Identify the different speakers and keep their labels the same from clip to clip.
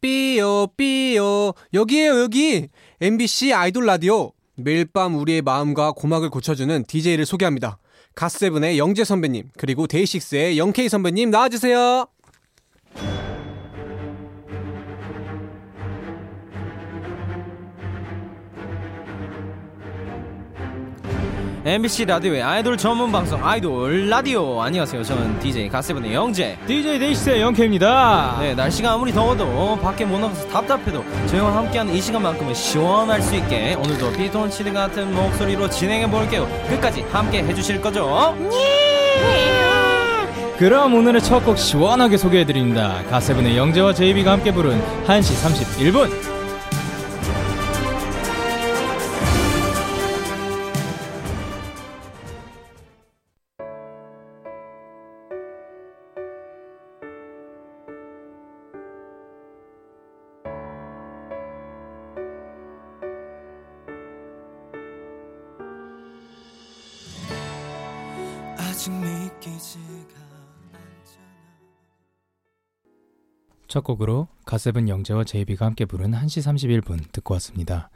Speaker 1: 삐요 삐요 여기에요 여기 MBC 아이돌 라디오 매일 밤 우리의 마음과 고막을 고쳐주는 DJ를 소개합니다. 갓세븐의 영재 선배님 그리고 데이식스의 영케이 선배님 나와주세요.
Speaker 2: MBC 라디오의 아이돌 전문 방송 아이돌 라디오 안녕하세요 저는 DJ 가세븐의 영재
Speaker 3: DJ 데이식스의 영케입니다.
Speaker 2: 네 날씨가 아무리 더워도 밖에 못 나가서 답답해도 저희와 함께하는 이 시간만큼은 시원할 수 있게 오늘도 피톤치드 같은 목소리로 진행해 볼게요 끝까지 함께 해주실 거죠?
Speaker 3: 그럼 오늘의 첫 곡 시원하게 소개해드립니다. 가세븐의 영재와 제이비가 함께 부른 1시 31분. 첫 곡으로 가세븐 영재와 제이비가 함께 부른 1시 31분 듣고 왔습니다.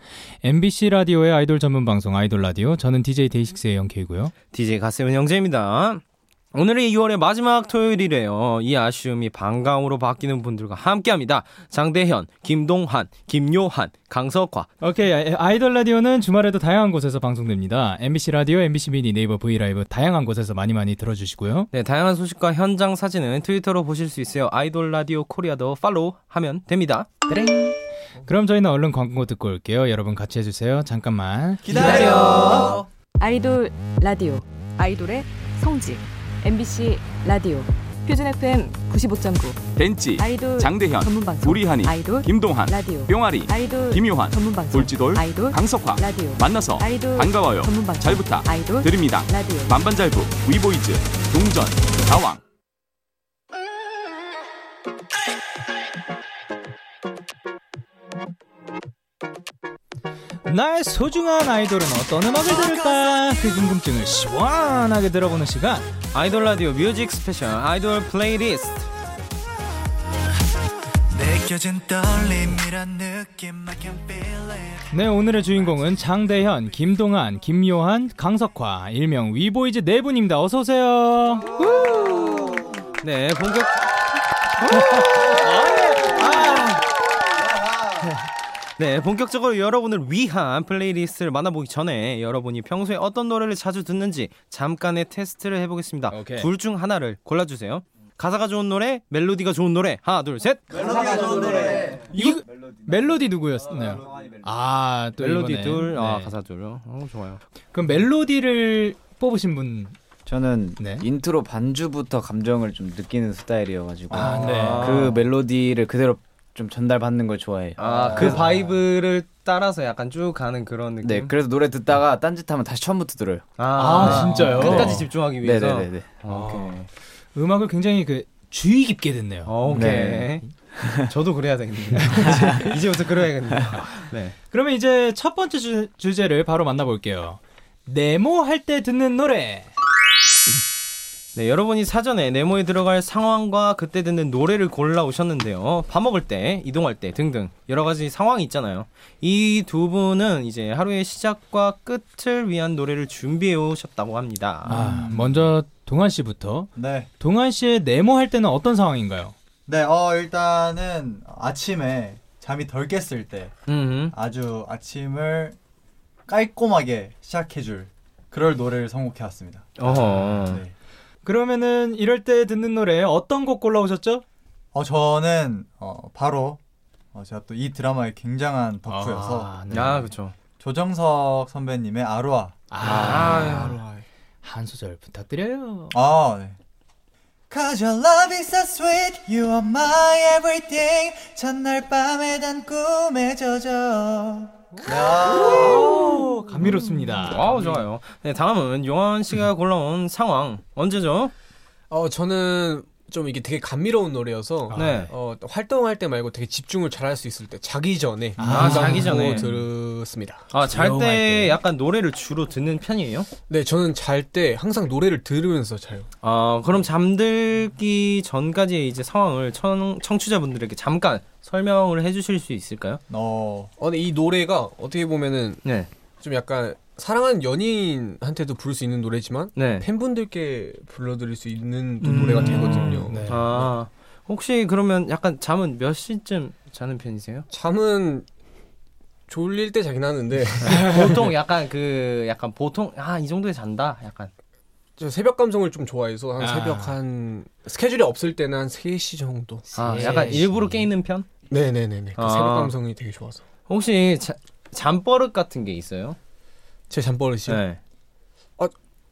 Speaker 3: MBC 라디오의 아이돌 전문 방송 아이돌 라디오 저는 DJ 데이식스의 영케이고요.
Speaker 2: DJ 가세븐 영재입니다 오늘이 2월의 마지막 토요일이래요. 이 아쉬움이 반가움으로 바뀌는 분들과 함께합니다. 장대현, 김동한, 김요한, 강석화,
Speaker 3: 오케이 아- 아이돌 라디오는 주말에도 다양한 곳에서 방송됩니다. MBC 라디오, MBC 미니, 네이버 V 라이브 다양한 곳에서 많이 많이 들어주시고요.
Speaker 2: 네, 다양한 소식과 현장 사진은 트위터로 보실 수 있어요. 아이돌 라디오 코리아도 팔로우 하면 됩니다.
Speaker 3: 그럼 저희는 얼른 광고 듣고 올게요. 여러분 같이 해주세요. 잠깐만.
Speaker 2: 기다려.
Speaker 4: 아이돌 라디오 아이돌의 성지 MBC 라디오 표준 FM 95.9
Speaker 5: 벤치,
Speaker 4: 아이돌
Speaker 5: 장대현,
Speaker 4: 전문 방송
Speaker 5: 우리하니,
Speaker 4: 아이돌
Speaker 5: 김동한,
Speaker 4: 라디오
Speaker 5: 뿅아리,
Speaker 4: 아이돌
Speaker 5: 김요한,
Speaker 4: 전문 방송
Speaker 5: 돌지돌,
Speaker 4: 아이돌
Speaker 5: 강석화,
Speaker 4: 라디오
Speaker 5: 만나서
Speaker 4: 아이돌
Speaker 5: 반가워요.
Speaker 4: 전문 방송
Speaker 5: 잘 부탁
Speaker 4: 아이돌
Speaker 5: 드립니다.
Speaker 4: 라디오
Speaker 5: 만반잘부, 위보이즈, 동전, 가왕.
Speaker 3: 나의 소중한 아이돌은 어떤 음악을 들을까? 그 궁금증을 시원하게 들어보는 시간.
Speaker 2: 아이돌 라디오 뮤직 스페셜 아이돌 플레이리스트.
Speaker 6: 느껴진 떨림이란 느낌 I can feel it
Speaker 3: 네, 오늘의 주인공은 장대현, 김동한, 김요한, 강석화, 일명 위보이즈 네 분입니다. 어서 오세요.
Speaker 2: 네, 본격 네, 본격적으로 여러분을 위한 플레이리스트를 만나보기 전에 여러분이 평소에 어떤 노래를 자주 듣는지 잠깐의 테스트를 해보겠습니다.
Speaker 3: 오케이.
Speaker 2: 둘 중 하나를 골라주세요. 가사가 좋은 노래, 멜로디가 좋은 노래. 하나, 둘, 셋.
Speaker 3: 네, 이 멜로디 누구였나요? 아, 또
Speaker 2: 멜로디
Speaker 3: 이번에.
Speaker 2: 둘, 아,
Speaker 3: 네.
Speaker 2: 가사 둘. 어, 좋아요.
Speaker 3: 그럼 멜로디를 뽑으신 분.
Speaker 7: 저는
Speaker 3: 네.
Speaker 7: 인트로 반주부터 감정을 좀 느끼는 스타일이어가지고
Speaker 3: 아, 네.
Speaker 7: 그 멜로디를 그대로 좀 전달받는 걸 좋아해요.
Speaker 2: 아, 그 바이브를 따라서 약간 쭉 가는 그런 느낌.
Speaker 7: 네, 그래서 노래 듣다가 딴짓하면 다시 처음부터 들어요.
Speaker 3: 아, 진짜요?
Speaker 2: 끝까지 집중하기 위해서.
Speaker 7: 네네네네.
Speaker 2: 오케이.
Speaker 3: 음악을 굉장히 그 주의 깊게 듣네요.
Speaker 2: 어, 오케이.
Speaker 7: 네.
Speaker 2: 저도 그래야 되겠네요. 이제부터 그래야겠네요. 네.
Speaker 3: 그러면 이제 첫 번째 주, 주제를 바로 만나볼게요. 네모 할 때 듣는 노래.
Speaker 2: 네, 여러분이 사전에 네모에 들어갈 상황과 그때 듣는 노래를 골라 오셨는데요. 밥 먹을 때, 이동할 때 등등 여러 가지 상황이 있잖아요. 이 두 분은 이제 하루의 시작과 끝을 위한 노래를 준비해 오셨다고 합니다.
Speaker 3: 아, 먼저 동한 씨부터.
Speaker 8: 네.
Speaker 3: 동한 씨의 네모 할 때는 어떤 상황인가요?
Speaker 8: 네, 어, 일단은 아침에 잠이 덜 깼을 때
Speaker 2: 음.
Speaker 8: 아주 아침을 깔끔하게 시작해줄 그럴 노래를 선곡해왔습니다.
Speaker 2: 어허.
Speaker 3: 아,
Speaker 8: 네.
Speaker 3: 그러면은 이럴 때 듣는 노래 어떤 곡 골라오셨죠?
Speaker 8: 어, 저는 어, 바로 어, 제가 또 이 드라마의 굉장한 덕후여서
Speaker 3: 네.
Speaker 2: 아, 그렇죠.
Speaker 8: 조정석 선배님의 아루아.
Speaker 3: 한 소절 부탁드려요.
Speaker 8: 아, 네. Cause your love is so sweet, you are my everything. 첫날 밤에 단 꿈에 젖어.
Speaker 3: 오, 감미롭습니다.
Speaker 2: 와우, 어, 좋아요. 네, 다음은 용환 씨가 골라온 상황 언제죠?
Speaker 1: 어 저는 좀 이게 되게 감미로운 노래여서
Speaker 2: 네.
Speaker 1: 어, 활동할 때 말고 되게 집중을 잘 할 수 있을 때 자기 전에
Speaker 2: 아, 자기 전에.
Speaker 1: 들었습니다.
Speaker 2: 아, 잘
Speaker 3: 조용할
Speaker 2: 때
Speaker 3: 때.
Speaker 2: 약간 노래를 주로 듣는 편이에요?
Speaker 1: 네, 저는 잘 때 항상 노래를 들으면서 자요.
Speaker 2: 아, 그럼 잠들기 전까지의 이제 상황을 청, 청취자분들에게 잠깐 설명을 해 주실 수 있을까요?
Speaker 8: 어.
Speaker 1: 어, 근데 이 노래가 어떻게 보면은
Speaker 2: 네.
Speaker 1: 좀 약간 사랑하는 연인한테도 부를 수 있는 노래지만
Speaker 2: 네.
Speaker 1: 팬분들께 불러드릴 수 있는 또
Speaker 2: 음.
Speaker 1: 노래가 되거든요.
Speaker 3: 네.
Speaker 2: 아, 혹시 그러면 약간 잠은 몇 시쯤 자는 편이세요?
Speaker 1: 잠은 졸릴 때 자긴 하는데
Speaker 2: 보통 약간 그 약간 보통 아, 이 정도에 잔다. 약간
Speaker 1: 저 새벽 감성을 좀 좋아해서 한
Speaker 3: 아.
Speaker 1: 새벽 한 스케줄이 없을 때는 한 3시 정도.
Speaker 2: 아, 약간
Speaker 3: 예,
Speaker 2: 일부러 깨 있는 편?
Speaker 1: 네네네네. 그
Speaker 2: 아.
Speaker 1: 새벽 감성이 되게 좋아서.
Speaker 2: 혹시 자, 잠버릇 같은 게 있어요?
Speaker 1: 제 잠버릇이 요
Speaker 2: 네.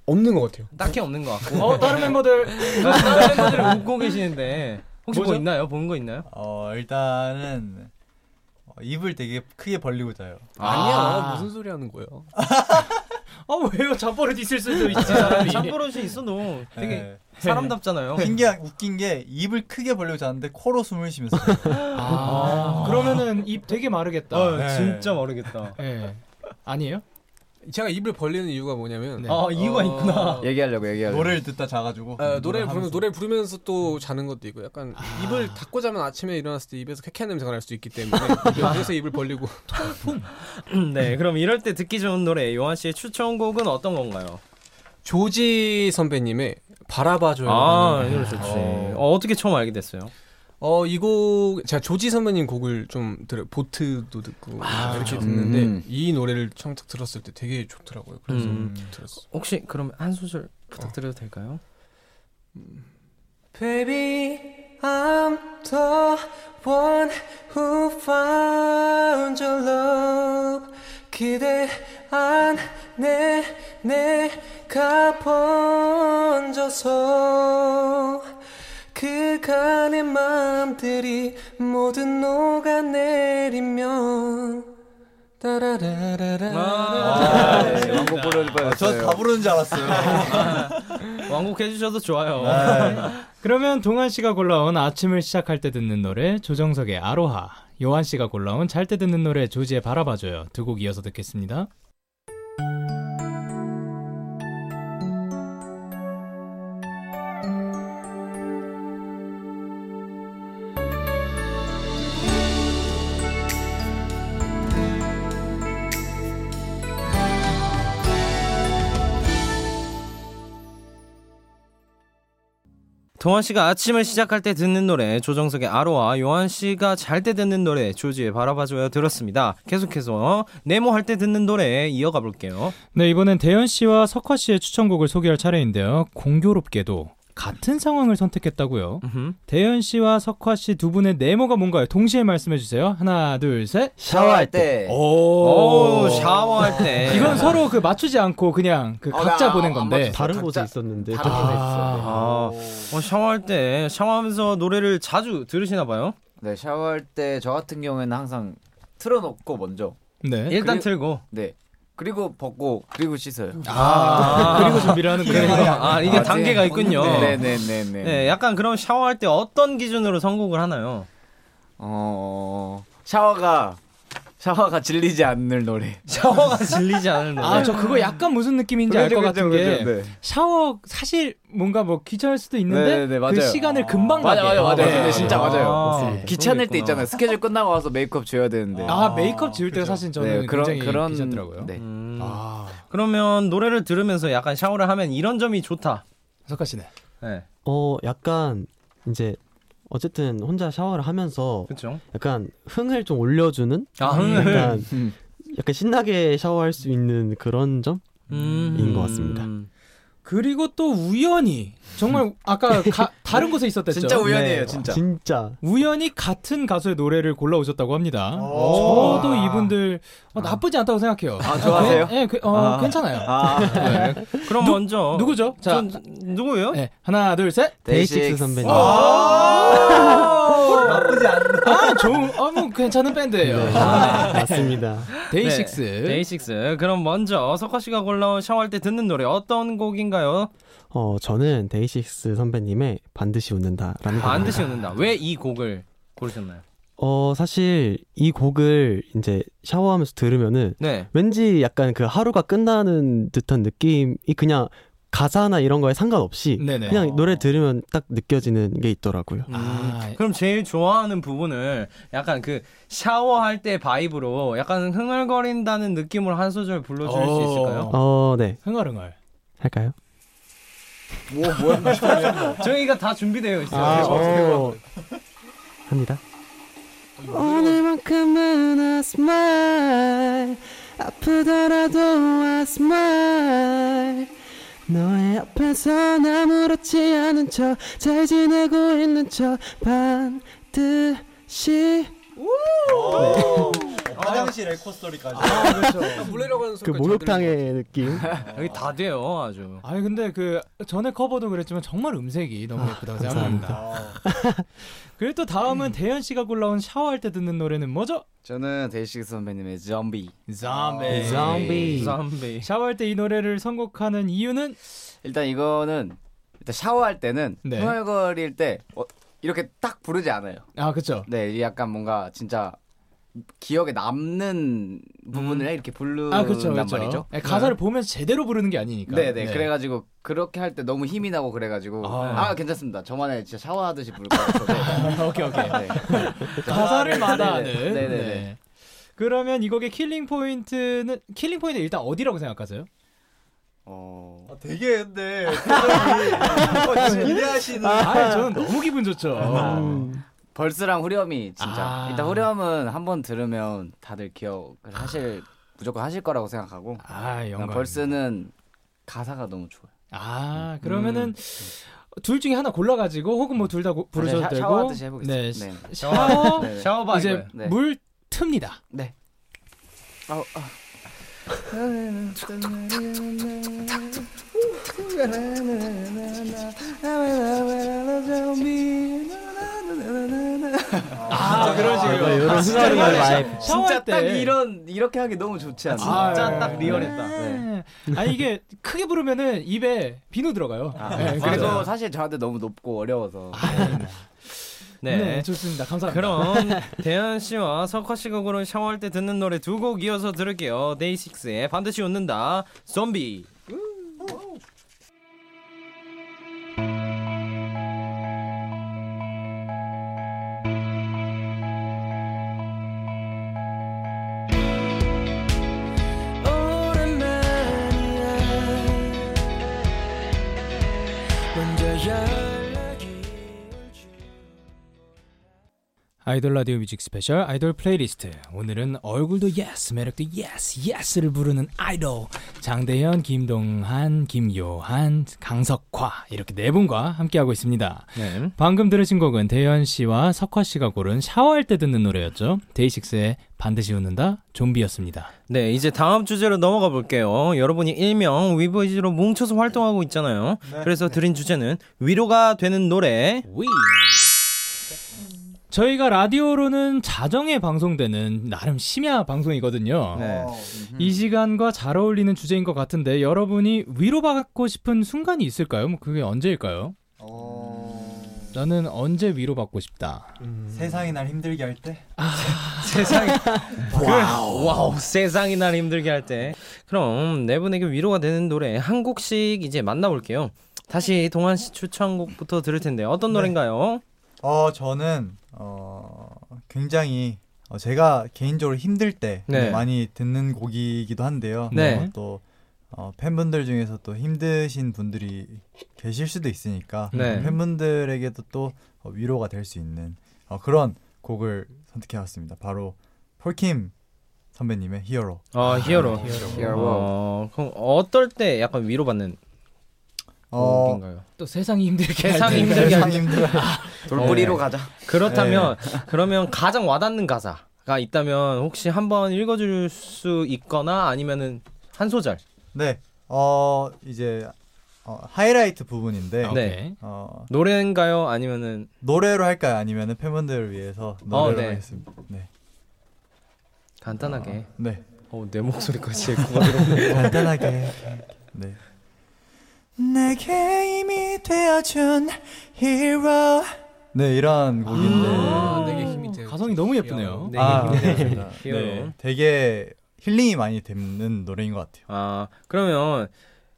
Speaker 1: 없는 것 같아요.
Speaker 2: 딱히 없는 것 같고.
Speaker 7: 어 다른 멤버들
Speaker 2: 다른 분들 웃고 계시는데 혹시 뭐
Speaker 7: 뭐죠?
Speaker 2: 있나요? 본 거 있나요?
Speaker 8: 어, 일단은 어, 입을 되게 크게 벌리고 자요.
Speaker 1: 아니야 무슨 소리 하는 거예요?
Speaker 7: 아 왜요 잠버릇 있을 수도 있지
Speaker 2: 잠버릇이 있어도 되게
Speaker 8: 네.
Speaker 1: 어.
Speaker 2: 사람답잖아요.
Speaker 8: 신기한 웃긴 게 입을 크게 벌리고 자는데 코로 숨을 쉬면서
Speaker 3: 아. 그러면은 입 되게 마르겠다.
Speaker 2: 어,
Speaker 8: 네.
Speaker 2: 진짜 모르겠다.
Speaker 3: 예. 아니에요?
Speaker 1: 제가 입을 벌리는 이유가 뭐냐면
Speaker 3: 네.
Speaker 2: 아 이유가
Speaker 1: 어,
Speaker 2: 있구나.
Speaker 7: 얘기하려고 얘기하려고
Speaker 8: 노래를 듣다 자가지고
Speaker 1: 아, 노래를 부르면서
Speaker 8: 하면서.
Speaker 1: 노래 부르면서 또 자는 것도 있고 약간 입을 닫고 자면 아침에 일어났을 때 입에서 쾌쾌한 냄새가 날 수도 있기 때문에 그래서 입을 벌리고
Speaker 2: 네, 그럼 이럴 때 듣기 좋은 노래 요한 씨의 추천곡은 어떤 건가요?
Speaker 1: 조지 선배님의 바라봐줘요.
Speaker 2: 아, 이
Speaker 7: 네.
Speaker 1: 라는
Speaker 2: 노래 좋지. 어, 어떻게 처음 알게 됐어요?
Speaker 1: 어, 이 곡 제가 조지 선배님 곡을 좀 들어요. 보트도 듣고 이렇게 듣는데
Speaker 7: 음.
Speaker 1: 이 노래를 처음 딱 들었을 때 되게 좋더라고요. 그래서
Speaker 2: 음.
Speaker 1: 들었어요.
Speaker 2: 혹시 그럼 한 소절 부탁드려도 될까요?
Speaker 1: Baby, I'm the one who found your love. 기대 안에 내가 번져서 그간의 마음들이 모두 녹아내리면 따라라라라
Speaker 7: 왕곡 부를 뻔했어요
Speaker 8: 아, 저다 부르는 줄 알았어요.
Speaker 2: 왕곡해 주셔도 좋아요.
Speaker 3: 그러면 동한 씨가 골라온 아침을 시작할 때 듣는 노래 조정석의 아로하, 요한 씨가 골라온 잘 때 듣는 노래 조지의 바라봐줘요. 두 곡 이어서 듣겠습니다.
Speaker 2: 동환 씨가 아침을 시작할 때 듣는 노래 조정석의 아로와 요한 씨가 잘 때 듣는 노래 조지의 바라봐줘요 들었습니다. 계속해서 네모 할 때 듣는 노래 이어가 볼게요.
Speaker 3: 네, 이번엔 대현 씨와 석화 씨의 추천곡을 소개할 차례인데요. 공교롭게도 같은 상황을 선택했다고요.
Speaker 2: 음흠.
Speaker 3: 대현 씨와 석화 씨 두 분의 네모가 뭔가요? 동시에 말씀해 주세요. 하나, 둘, 셋.
Speaker 7: 샤워할 때
Speaker 2: 오, 샤워할 때
Speaker 3: 이건 서로 그 맞추지 않고 그냥 그 각자
Speaker 7: 나
Speaker 3: 보낸
Speaker 7: 안
Speaker 3: 건데.
Speaker 9: 다른 곳에
Speaker 3: 네,
Speaker 9: 있었는데
Speaker 7: 다른 노래 있어요.
Speaker 2: 아, 어, 샤워할 때 샤워하면서 노래를 자주 들으시나 봐요.
Speaker 7: 네 샤워할 때 저 같은 경우에는 항상 틀어놓고 먼저
Speaker 3: 네.
Speaker 2: 일단
Speaker 7: 그리고-
Speaker 2: 틀고
Speaker 7: 네 그리고 벗고 그리고 씻어요
Speaker 2: 아,
Speaker 3: 그리고 준비를 하는 거예요.
Speaker 2: 아, 이게
Speaker 7: 아,
Speaker 2: 단계가
Speaker 7: 네.
Speaker 2: 있군요. 네,
Speaker 7: 네네네네
Speaker 2: 약간 그럼 샤워할 때 어떤 기준으로 선곡을 하나요?
Speaker 7: 어 샤워가 샤워가 질리지 않는 노래
Speaker 2: 샤워가 질리지 않을 노래.
Speaker 3: 아, 저 그거 약간 무슨 느낌인지 알 것 같은 게
Speaker 7: 네.
Speaker 3: 샤워 사실 뭔가 뭐 귀찮을 수도 있는데
Speaker 7: 네, 네,
Speaker 3: 그
Speaker 7: 맞아요.
Speaker 3: 시간을 금방
Speaker 7: 맞아
Speaker 3: 가게.
Speaker 7: 맞아 맞아
Speaker 3: 네.
Speaker 7: 근데 진짜 맞아요
Speaker 9: 맞습니다.
Speaker 7: 귀찮을 때 있잖아요 스케줄 끝나고 와서 메이크업 줘야 되는데
Speaker 3: 아, 메이크업 지울 때가 사실 저는 굉장히 귀찮더라고요.
Speaker 5: 예.
Speaker 7: 네.
Speaker 2: 음. 그러면 노래를 들으면서 약간 샤워를 하면 이런 점이 좋다.
Speaker 3: 석화 씨네.
Speaker 2: 네,
Speaker 9: 어 약간 이제 어쨌든 혼자 샤워를 하면서
Speaker 2: 그렇죠.
Speaker 9: 약간 흥을 좀 올려주는
Speaker 2: 아, 흥을 음.
Speaker 9: 약간 약간 신나게 샤워할 수 있는 그런 점?
Speaker 2: 음.
Speaker 9: 인것 같습니다.
Speaker 3: 그리고 또 우연히 정말 아까 가- 다른 곳에 있었댔죠.
Speaker 7: 진짜 우연이에요
Speaker 3: 네.
Speaker 9: 아,
Speaker 7: 진짜
Speaker 9: 진짜
Speaker 3: 우연히 같은 가수의 노래를 골라오셨다고 합니다.
Speaker 1: 어.
Speaker 8: 어.
Speaker 3: 저도 이분들 어, 나쁘지 않다고 생각해요.
Speaker 7: 어. 아, 좋아하세요?
Speaker 3: 네, 그- 어,
Speaker 7: 아.
Speaker 3: 괜찮아요.
Speaker 7: 아
Speaker 2: 네. 그럼 먼저
Speaker 3: 누구죠? 자,
Speaker 2: 전- 누구예요?
Speaker 3: 네, 하나, 둘, 셋.
Speaker 9: 데이식스 아. 선배님
Speaker 8: 나쁘지 않네.
Speaker 3: 아, 좋은, 아, 뭐 괜찮은 어, 밴드예요.
Speaker 9: 네, 맞습니다
Speaker 10: 데이식스.
Speaker 2: 네, 데이식스. 그럼 먼저 석화 씨가 골라온 샤워할 때 듣는 노래 어떤 곡인가요?
Speaker 9: 어 저는 데이식스 선배님의 반드시 웃는다라는 곡입니다.
Speaker 2: 반드시 웃는다. 왜 이 곡을 고르셨나요?
Speaker 9: 어 사실 이 곡을 이제 샤워하면서 들으면은
Speaker 2: 네.
Speaker 9: 왠지 약간 그 하루가 끝나는 듯한 느낌이 그냥 가사나 이런 거에 상관없이
Speaker 2: 네네.
Speaker 9: 그냥 노래 들으면 딱 느껴지는 게 있더라고요.
Speaker 3: 아.
Speaker 2: 음, 그럼 제일 좋아하는 부분을 약간 그 샤워할 때 바이브로 약간 흥얼거린다는 느낌으로 한 소절 불러줄 수 있을까요?
Speaker 9: 어, 네.
Speaker 3: 흥얼흥얼.
Speaker 9: 할까요?
Speaker 2: 뭐 뭐야? 저희가 다 준비되어 있어요.
Speaker 9: 아, 어. 합니다. 오늘만큼은 I smile 아프더라도 I smile 너의 앞에서 아무렇지 않은 척 잘 지내고 있는 척 반드시
Speaker 8: 화장실 에코 스토리까지.
Speaker 1: 아, 물레라고 하는
Speaker 9: 그 목욕탕의 느낌
Speaker 2: 여기 다 돼요, 아주.
Speaker 3: 아니 근데 그 전에 커버도 그랬지만 정말 음색이 너무
Speaker 7: 아,
Speaker 3: 예쁘다고 생각합니다.
Speaker 8: 아.
Speaker 3: 그리고 또 다음은 대현 씨가 골라온 샤워할 때 듣는 노래는 뭐죠?
Speaker 7: 저는 데이식스 선배님의 좀비. 네.
Speaker 3: 좀비.
Speaker 9: 좀비.
Speaker 2: 좀비.
Speaker 3: 샤워할 때 이 노래를 선곡하는 이유는
Speaker 7: 일단 이거는 일단 샤워할 때는
Speaker 3: 네.
Speaker 7: 흥얼거릴 때 어, 이렇게 딱 부르지 않아요.
Speaker 3: 아 그쵸.
Speaker 7: 네, 이 약간 뭔가 진짜 기억에 남는 부분을 이렇게 부른단
Speaker 3: 아 그쵸 그러니까,
Speaker 7: 말이죠.
Speaker 3: 그쵸. 네, 가사를 보면서 제대로 부르는 게 아니니까.
Speaker 7: 네, 네, 그래가지고 그렇게 할 때 너무 힘이 나고 그래가지고 아, 괜찮습니다. 저만의 진짜 샤워하듯이 부를 것 같아서
Speaker 3: 오케이 오케이.
Speaker 7: 네.
Speaker 3: 가사를
Speaker 7: 네,
Speaker 3: 마다하는.
Speaker 7: 네, 네, 네.
Speaker 3: 네. 그러면 이 곡의 킬링 포인트는 킬링 포인트 일단 어디라고 생각하세요?
Speaker 7: 어,
Speaker 8: 아, 되게 근데 표정이 기대하시는.
Speaker 3: 아, 저는 너무 기분 좋죠.
Speaker 7: 음. 벌스랑 후렴이 진짜
Speaker 3: 아.
Speaker 7: 일단 후렴은 한 번 들으면 다들 기억을 하실 무조건 하실 거라고 생각하고
Speaker 3: 아, 영광.
Speaker 7: 벌스는 가사가 너무 좋아요.
Speaker 3: 아, 그러면은 음. 둘 중에 하나 골라 가지고 혹은 뭐 둘 다 부르셔도
Speaker 7: 네, 샤-
Speaker 3: 되고.
Speaker 7: 샤워하듯이 해보겠습니다.
Speaker 3: 네.
Speaker 7: 네.
Speaker 3: 샤워.
Speaker 7: 네.
Speaker 2: 샤워 바이브.
Speaker 3: 이제
Speaker 7: 네.
Speaker 3: 물 틉니다.
Speaker 7: 네. 아우, 아.
Speaker 3: 아, 그런 식으로.
Speaker 9: 이런
Speaker 3: 아, 진짜
Speaker 9: 흥얼흥얼
Speaker 3: 이거는
Speaker 9: 바이브.
Speaker 3: 샤- 샤워할
Speaker 7: 진짜 딱
Speaker 3: 때.
Speaker 7: 이런 이렇게 하기 너무 좋지 않나?
Speaker 3: 아,
Speaker 2: 진짜 딱 리얼했다.
Speaker 3: 네. 아니 이게 크게 부르면은 입에 비누 들어가요. 네,
Speaker 7: 그래서
Speaker 3: 그래서
Speaker 7: 사실 저한테 너무 높고 어려워서
Speaker 3: 네.
Speaker 2: 네.
Speaker 3: 좋습니다. 감사합니다.
Speaker 2: 그럼 대현 씨와 석화 씨가 고른 샤워할 때 듣는 노래 두 곡 이어서 들을게요. 데이식스의 반드시 웃는다. 좀비.
Speaker 3: 아이돌 라디오 뮤직 스페셜 아이돌 플레이리스트 오늘은 얼굴도 yes 매력도 yes yes를 부르는 아이돌 장대현 김동한 김요한 강석화 이렇게 네 분과 함께하고 있습니다
Speaker 2: 네.
Speaker 3: 방금 들으신 곡은 대현 씨와 석화 씨가 고른 샤워할 때 듣는 노래였죠 데이식스의 반드시 웃는다 좀비였습니다
Speaker 2: 네, 이제 다음 주제로 넘어가 볼게요. 여러분이 일명 위보이즈로 뭉쳐서 활동하고 있잖아요. 그래서 드린 주제는 위로가 되는 노래. 위.
Speaker 3: 저희가 라디오로는 자정에 방송되는 나름 심야 방송이거든요
Speaker 2: 네.
Speaker 1: 음.
Speaker 3: 이 시간과 잘 어울리는 주제인 것 같은데 여러분이 위로받고 싶은 순간이 있을까요? 뭐 그게 언제일까요? 나는 언제 위로받고 싶다.
Speaker 8: 세상이 날 힘들게 할 때.
Speaker 2: 세상이 그 와우. 와우 세상이 날 힘들게 할 때 그럼 네 분에게 위로가 되는 노래 한 곡씩 이제 만나볼게요 다시 동환 씨 추천곡부터 들을 텐데 어떤 노래인가요?
Speaker 8: 어 저는 어 굉장히 어, 제가 개인적으로 힘들 때
Speaker 2: 네.
Speaker 8: 많이 듣는 곡이기도 한데요.
Speaker 2: 네.
Speaker 8: 어, 또 어, 팬분들 중에서 또 힘드신 분들이 계실 수도 있으니까
Speaker 2: 네.
Speaker 8: 팬분들에게도 또 어, 위로가 될 수 있는 어, 그런 곡을 선택해왔습니다. 바로 폴킴 선배님의 히어로.
Speaker 2: 어 히어로.
Speaker 7: 히어로
Speaker 2: 어 그럼 어떨 때 약간 위로받는
Speaker 8: 어, 네,
Speaker 2: 곡인가요?
Speaker 3: 또 세상이 힘들게 할
Speaker 2: 세상이
Speaker 3: 때.
Speaker 2: 힘들게 할
Speaker 8: 세상이 힘들어.
Speaker 2: 네.
Speaker 7: 돌부리로 가자.
Speaker 2: 그렇다면
Speaker 5: 네.
Speaker 2: 그러면 가장 와닿는 가사가 있다면 혹시 한번 읽어줄 수 있거나 아니면은 한 소절.
Speaker 8: 네. 어 이제 어, 하이라이트 부분인데
Speaker 3: 네.
Speaker 2: 네.
Speaker 8: 어,
Speaker 2: 노래인가요? 아니면은
Speaker 8: 노래로 할까요? 아니면 팬분들을 위해서
Speaker 2: 어,
Speaker 8: 노래로
Speaker 2: 네.
Speaker 8: 하겠습니다. 네.
Speaker 2: 간단하게.
Speaker 8: 네.
Speaker 2: 어, 내 목소리까지 에코가 들어오네.
Speaker 8: 간단하게.
Speaker 5: 네.
Speaker 8: 내게 이미 되어준 히로.
Speaker 5: 네, 이런 곡인데.
Speaker 1: 아, 되게 힘이 돼요.
Speaker 3: 음. 가성이 너무 예쁘네요.
Speaker 2: 네,
Speaker 5: 아,
Speaker 2: 힘내요.
Speaker 5: 감사합니다.
Speaker 2: 귀여워.
Speaker 5: 네, 되게 힐링이 많이 되는 노래인 것 같아요.
Speaker 2: 아 그러면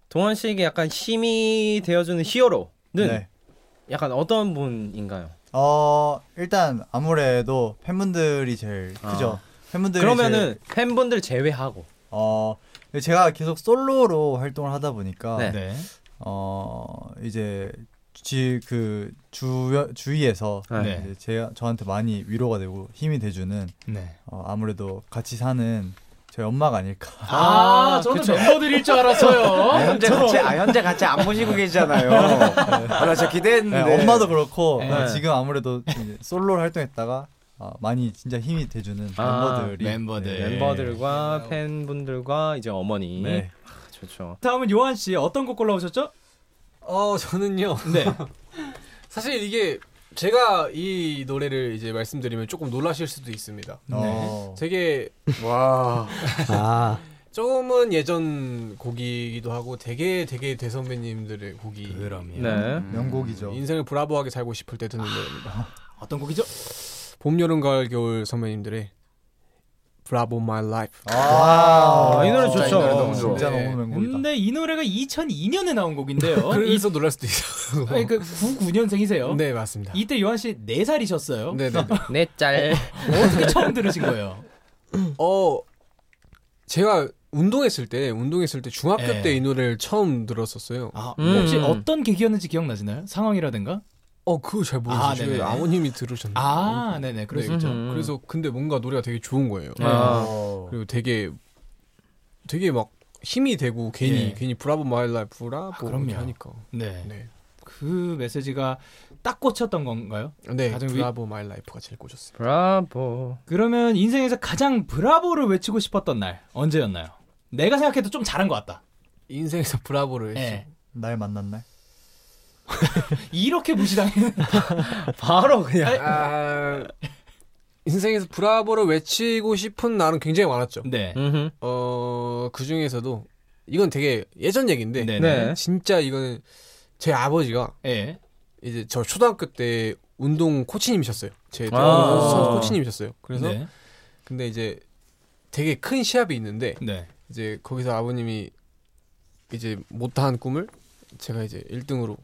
Speaker 2: 동원 씨에게 약간 힘이 되어주는 히어로는
Speaker 5: 네.
Speaker 2: 약간 어떤 분인가요?
Speaker 5: 어, 일단 아무래도 팬분들이 제일 크죠. 네, 팬분들이
Speaker 2: 아. 그러면은
Speaker 5: 제일,
Speaker 2: 팬분들 제외하고
Speaker 5: 어 제가 계속 솔로로 활동을 하다 보니까
Speaker 2: 네.
Speaker 3: 네.
Speaker 5: 어 이제 지그 주 주위에서
Speaker 2: 네.
Speaker 5: 이제 제 저한테 많이 위로가 되고 힘이 돼주는
Speaker 3: 네.
Speaker 5: 어, 아무래도 같이 사는 저희 엄마가 아닐까.
Speaker 3: 아, 저는 멤버들일 줄 알았어요.
Speaker 7: 현재 같이 아 현재 같이 안 보시고 계시잖아요. 아, 나 진짜
Speaker 5: 네,
Speaker 7: 기대했는데.
Speaker 5: 엄마도 그렇고
Speaker 2: 네.
Speaker 5: 네, 지금 아무래도 이제 솔로로 활동했다가 어, 많이 진짜 힘이 돼주는
Speaker 2: 아,
Speaker 5: 멤버들이
Speaker 3: 멤버들.
Speaker 5: 네.
Speaker 2: 멤버들과 팬분들과 이제 어머니
Speaker 5: 네.
Speaker 2: 아, 좋죠.
Speaker 3: 다음은 요한 씨 어떤 곡 골라오셨죠?
Speaker 1: 어 저는요.
Speaker 3: 네.
Speaker 1: 사실 이게 제가 이 노래를 이제 말씀드리면 조금 놀라실 수도 있습니다.
Speaker 2: 네.
Speaker 5: 어,
Speaker 1: 되게
Speaker 7: 와.
Speaker 9: 아,
Speaker 1: 조금은 예전 곡이기도 하고 되게 되게 대선배님들의 곡이
Speaker 3: 그럼요.
Speaker 2: 네.
Speaker 5: 음, 명곡이죠.
Speaker 1: 인생을 브라보하게 살고 싶을 때 듣는 노래입니다.
Speaker 3: 어떤 곡이죠?
Speaker 1: 음, 봄, 여름, 가을, 겨울 선배님들의 브라보 마이 라이프.
Speaker 5: 아,
Speaker 2: 아, 이 노래
Speaker 5: 진짜
Speaker 2: 좋죠.
Speaker 5: 이 노래 너무
Speaker 1: 좋아.
Speaker 5: 진짜
Speaker 1: 네.
Speaker 5: 너무 명곡이다.
Speaker 3: 근데 이 노래가 2002년에 나온 곡인데요. 어? 이,
Speaker 1: 그래서 놀랄 수도 있어요.
Speaker 3: 아니, 그 99년생이세요.
Speaker 1: 네 맞습니다.
Speaker 3: 이때 요한 씨 4살이셨어요.
Speaker 1: 네네.
Speaker 2: 네 짤.
Speaker 3: 어떻게 처음 들으신 거예요?
Speaker 1: 어 제가 운동했을 때 운동했을 때 중학교
Speaker 3: 예.
Speaker 1: 때 이 노래를 처음 들었었어요.
Speaker 3: 아,
Speaker 2: 음.
Speaker 3: 혹시 어떤 계기였는지 기억나시나요? 상황이라든가?
Speaker 1: 어 그거 잘
Speaker 3: 아,
Speaker 1: 모르겠어요. 저희
Speaker 3: 네네.
Speaker 1: 아버님이 들으셨나요?
Speaker 3: 아, 네네. 그럴 수
Speaker 1: 네.
Speaker 3: 있죠.
Speaker 2: 음.
Speaker 1: 그래서 근데 뭔가 노래가 되게 좋은 거예요.
Speaker 2: 아,
Speaker 5: 어,
Speaker 1: 그리고 되게 되게 막 힘이 되고 괜히
Speaker 3: 예. 아,
Speaker 1: 괜히 브라보 마이 라이프 브라보
Speaker 3: 그럼요.
Speaker 1: 이렇게 하니까.
Speaker 3: 네.
Speaker 1: 네.
Speaker 3: 그 메시지가 딱 꽂혔던 건가요?
Speaker 1: 네.
Speaker 3: 가장 위-
Speaker 1: 브라보 마이 라이프가 제일 꽂혔어요.
Speaker 2: 브라보.
Speaker 3: 그러면 인생에서 가장 브라보를 외치고 싶었던 날 언제였나요? 내가 생각해도 좀 잘한 것 같다.
Speaker 1: 인생에서 브라보를
Speaker 3: 예.
Speaker 5: 날 만난 날.
Speaker 3: 이렇게 무시당해.
Speaker 2: 바로 그냥.
Speaker 1: 아, 인생에서 브라보를 외치고 싶은 날은 굉장히 많았죠.
Speaker 3: 네.
Speaker 2: 음흠.
Speaker 1: 어, 그 중에서도 이건 되게 예전 얘기인데
Speaker 3: 네.
Speaker 2: 네.
Speaker 1: 진짜 이거는 제 아버지가
Speaker 3: 예.
Speaker 1: 이제 저 초등학교 때 운동 코치님이셨어요. 제
Speaker 2: 아.
Speaker 1: 선수 코치님이셨어요. 그래서
Speaker 3: 네.
Speaker 1: 근데 이제 되게 큰 시합이 있는데
Speaker 3: 네.
Speaker 1: 이제 거기서 아버님이 이제 못한 꿈을 제가 이제 1등으로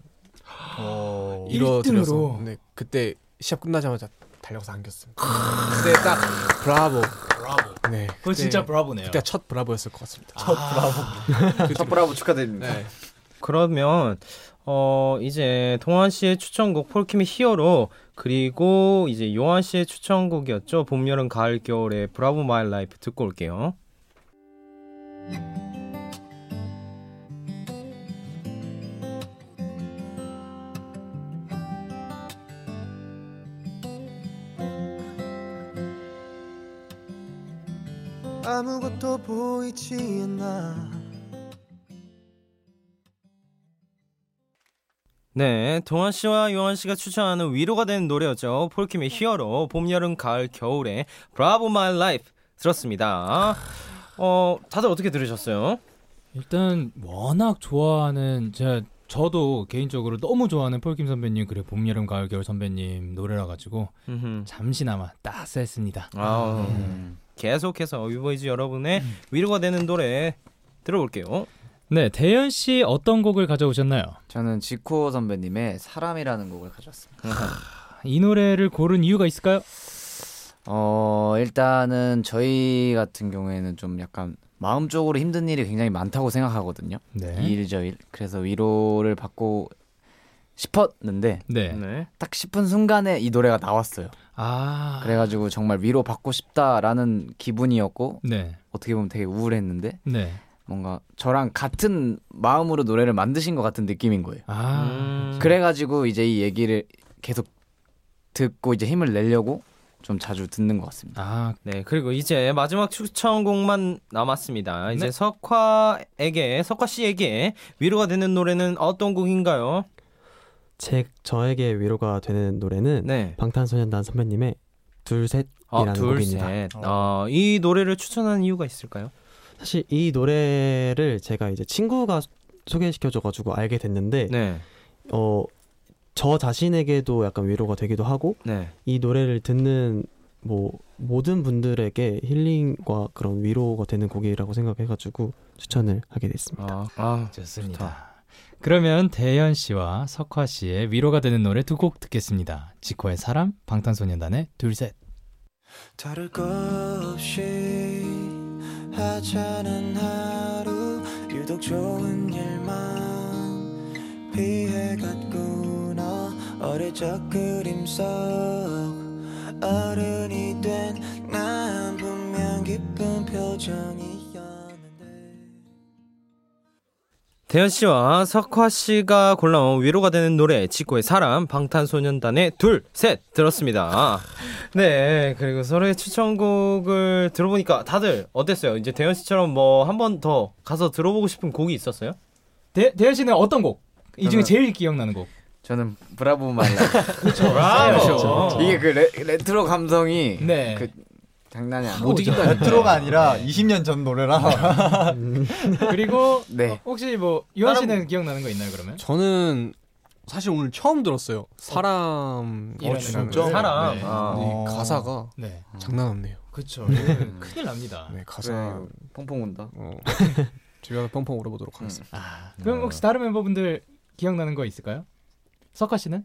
Speaker 5: 어,
Speaker 1: 이뤄드려서
Speaker 3: 일등으로?
Speaker 1: 네, 그때 시합 끝나자마자 달려가서 안겼습니다. 그때 딱 브라보. 브라보. 네.
Speaker 3: 그거 진짜 브라보네요.
Speaker 1: 그때 첫 브라보였을 것 같습니다. 그
Speaker 3: 첫 브라보.
Speaker 7: 아. 첫 브라보 축하드립니다.
Speaker 1: 네.
Speaker 2: 그러면 어 이제 동환 씨의 추천곡 폴킴의 히어로 그리고 이제 요한 씨의 추천곡이었죠. 봄, 여름, 가을, 겨울의 브라보 마이 라이프 듣고 올게요.
Speaker 6: 아무것도 보이지 않아
Speaker 2: 네, 동환 씨와 요한 씨가 추천하는 위로가 되는 노래였죠. 폴킴의 히어로, 봄, 여름, 가을, 겨울의 브라보 마이 라이프 들었습니다. 어, 다들 어떻게 들으셨어요?
Speaker 3: 일단 워낙 좋아하는 제가 저도 개인적으로 너무 좋아하는 폴킴 선배님 그리고 봄 여름 가을 겨울 선배님 노래라 가지고
Speaker 2: 음흠.
Speaker 3: 잠시나마 따스했습니다.
Speaker 2: 아,
Speaker 7: 음.
Speaker 2: 계속해서 위보이즈 여러분의 위로가 되는 노래 들어볼게요.
Speaker 3: 네, 대현 씨 어떤 곡을 가져오셨나요?
Speaker 7: 저는 지코 선배님의 사람이라는 곡을 가져왔습니다.
Speaker 3: 이 노래를 고른 이유가 있을까요?
Speaker 7: 어 일단은 저희 같은 경우에는 좀 약간 마음적으로 힘든 일이 굉장히 많다고 생각하거든요.
Speaker 3: 네.
Speaker 7: 이일저일 그래서 위로를 받고 싶었는데
Speaker 3: 네.
Speaker 2: 네.
Speaker 7: 딱 싶은 순간에 이 노래가 나왔어요.
Speaker 3: 아.
Speaker 7: 그래가지고 정말 위로 받고 싶다라는 기분이었고
Speaker 3: 네.
Speaker 7: 어떻게 보면 되게 우울했는데
Speaker 3: 네.
Speaker 7: 뭔가 저랑 같은 마음으로 노래를 만드신 것 같은 느낌인 거예요.
Speaker 3: 아.
Speaker 2: 음.
Speaker 7: 그래가지고 이제 이 얘기를 계속 듣고 이제 힘을 내려고 좀 자주 듣는 것 같습니다.
Speaker 3: 아.
Speaker 2: 네, 그리고 이제 마지막 추천곡만 남았습니다. 이제 석화에게, 석화 씨에게 위로가 되는 노래는 어떤 곡인가요?
Speaker 9: 제 저에게 위로가 되는 노래는
Speaker 2: 네.
Speaker 9: 방탄소년단 선배님의 둘셋
Speaker 2: 어,
Speaker 9: 이라는
Speaker 2: 둘, 아,
Speaker 9: 곡입니다.
Speaker 2: 셋. 어, 이 노래를 추천한 이유가 있을까요?
Speaker 9: 사실 이 노래를 제가 이제 친구가 소개시켜줘가지고 알게 됐는데
Speaker 2: 네.
Speaker 9: 어저 자신에게도 약간 위로가 되기도 하고
Speaker 2: 네.
Speaker 9: 이 노래를 듣는 뭐 모든 분들에게 힐링과 그런 위로가 되는 곡이라고 생각해가지고 추천을 하게 됐습니다.
Speaker 2: 아, 아,
Speaker 3: 좋습니다. 그러면 대현 씨와 석화 씨의 위로가 되는 노래 두 곡 듣겠습니다. 지코의 사람, 방탄소년단의 둘셋.
Speaker 11: 다를 것 없이 네. 하찮은 하루 유독 좋은 일만 피해갔구나 어릴 적 그림 속 어른이 된 난 분명 기쁜 표정이었는데
Speaker 2: 대현 씨와 석화 씨가 골라온 위로가 되는 노래 지코의 사람 방탄소년단의 둘셋 들었습니다. 네 그리고 서로의 추천곡을 들어보니까 다들 어땠어요? 이제 대현 씨처럼 뭐 한 번 더 가서 들어보고 싶은 곡이 있었어요?
Speaker 3: 대, 대현 씨는 어떤 곡? 이 중에
Speaker 7: 저는-
Speaker 3: 제일 기억나는 곡.
Speaker 7: 저는 브라보 말라.
Speaker 2: 브라보.
Speaker 7: 이게 그 레, 레트로 감성이
Speaker 3: 그렇죠. 어. 네.
Speaker 7: 그 장난이 아니야.
Speaker 8: 못 이긴다. 레트로가 아니라 20년 전 노래라.
Speaker 3: 그리고
Speaker 7: 네.
Speaker 3: 혹시 뭐 유한 씨는 기억나는 거 있나요 그러면?
Speaker 1: 저는 사실 오늘 처음 들었어요. 사람
Speaker 7: 어,
Speaker 3: 이런
Speaker 1: 이라는
Speaker 8: 진짜?
Speaker 2: 사람.
Speaker 3: 네.
Speaker 2: 아.
Speaker 8: 어.
Speaker 1: 이 가사가
Speaker 3: 네.
Speaker 1: 장난 없네요.
Speaker 3: 그렇죠. 큰일 납니다.
Speaker 1: 네
Speaker 7: 그래,
Speaker 1: 가사
Speaker 7: 펑펑 운다.
Speaker 1: 어, 집에 가서 펑펑
Speaker 3: 음.
Speaker 1: 울어보도록 하겠습니다.
Speaker 3: 그럼 혹시 다른 멤버분들 기억나는 거 있을까요? 석화 씨는?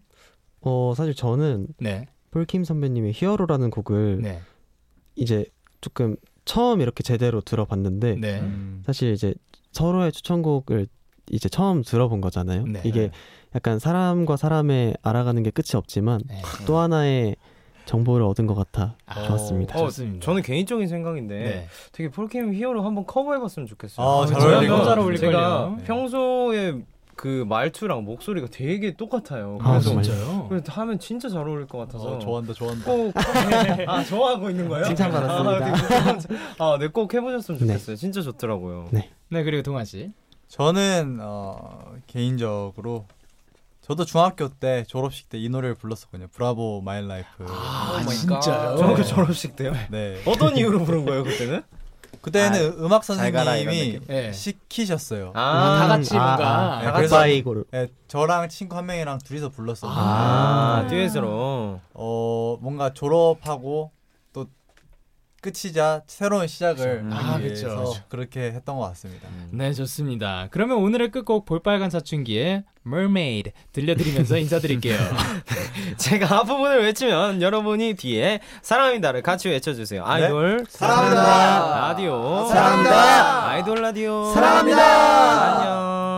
Speaker 9: 어 사실 저는
Speaker 3: 네.
Speaker 9: 폴킴 선배님의 히어로라는 곡을
Speaker 3: 네.
Speaker 9: 이제 조금 처음 이렇게 제대로 들어봤는데
Speaker 3: 네.
Speaker 9: 사실 이제 서로의 추천곡을 이제 처음 들어본 거잖아요.
Speaker 3: 네.
Speaker 9: 이게 약간 사람과 사람의 알아가는 게 끝이 없지만
Speaker 3: 네.
Speaker 9: 또 하나의 정보를 얻은 것 같아 좋았습니다.
Speaker 3: 어, 좋습니다.
Speaker 2: 저는 개인적인 생각인데
Speaker 3: 네.
Speaker 2: 되게 폴킴 히어로 한번 커버해봤으면 좋겠어요.
Speaker 8: 아, 잘
Speaker 2: 왜냐면
Speaker 8: 어울릴 것
Speaker 3: 잘 어울릴
Speaker 2: 제가
Speaker 3: 걸요. 네.
Speaker 2: 평소에 그 말투랑 목소리가 되게 똑같아요.
Speaker 9: 아,
Speaker 2: 그래서
Speaker 9: 정말.
Speaker 3: 진짜요?
Speaker 2: 그래서 하면 진짜 잘 어울릴 것 같아서
Speaker 8: 어, 좋아한다, 좋아한다.
Speaker 2: 꼭, 아, 좋아하고 있는 거예요? 네, 칭찬받았습니다. 아, 네, 꼭 해보셨으면
Speaker 9: 네.
Speaker 2: 좋겠어요. 진짜 좋더라고요.
Speaker 9: 네.
Speaker 3: 네 그리고 동아 씨.
Speaker 8: 저는 어, 개인적으로 저도 중학교 때 졸업식 때 이 노래를 불렀었거든요. 브라보 마이 라이프.
Speaker 3: 아 진짜요?
Speaker 2: 중학교 졸업식 때요?
Speaker 8: 네.
Speaker 2: 어떤 이유로 부른 거예요, 그때는?
Speaker 8: 그때는 음악
Speaker 7: 잘 가라, 이런
Speaker 8: 선생님이
Speaker 7: 느낌.
Speaker 3: 예.
Speaker 8: 시키셨어요.
Speaker 9: 음,
Speaker 3: 다 같이
Speaker 9: 아,
Speaker 3: 뭔가.
Speaker 8: 다
Speaker 9: 아,
Speaker 8: 같이.
Speaker 9: 바이고를
Speaker 8: 네, 저랑 친구 한 명이랑 둘이서 불렀었는데
Speaker 2: 아, 듀엣으로.
Speaker 8: 어, 뭔가 졸업하고 또 끝이자 새로운 시작을
Speaker 7: 그쵸.
Speaker 3: 아,
Speaker 8: 하기
Speaker 3: 그쵸.
Speaker 8: 위해서
Speaker 3: 그쵸.
Speaker 8: 그렇게 했던 것 같습니다.
Speaker 3: 네 좋습니다. 그러면 오늘의 끝곡 볼빨간 사춘기의 Mermaid 들려드리면서 인사드릴게요.
Speaker 2: 제가 앞부분을 외치면 여러분이 뒤에 사랑합니다를 같이 외쳐주세요. 아이돌.
Speaker 8: 네. 사랑합니다.
Speaker 2: 라디오.
Speaker 8: 사랑합니다.
Speaker 2: 아이돌 라디오.
Speaker 8: 사랑합니다.
Speaker 2: 안녕.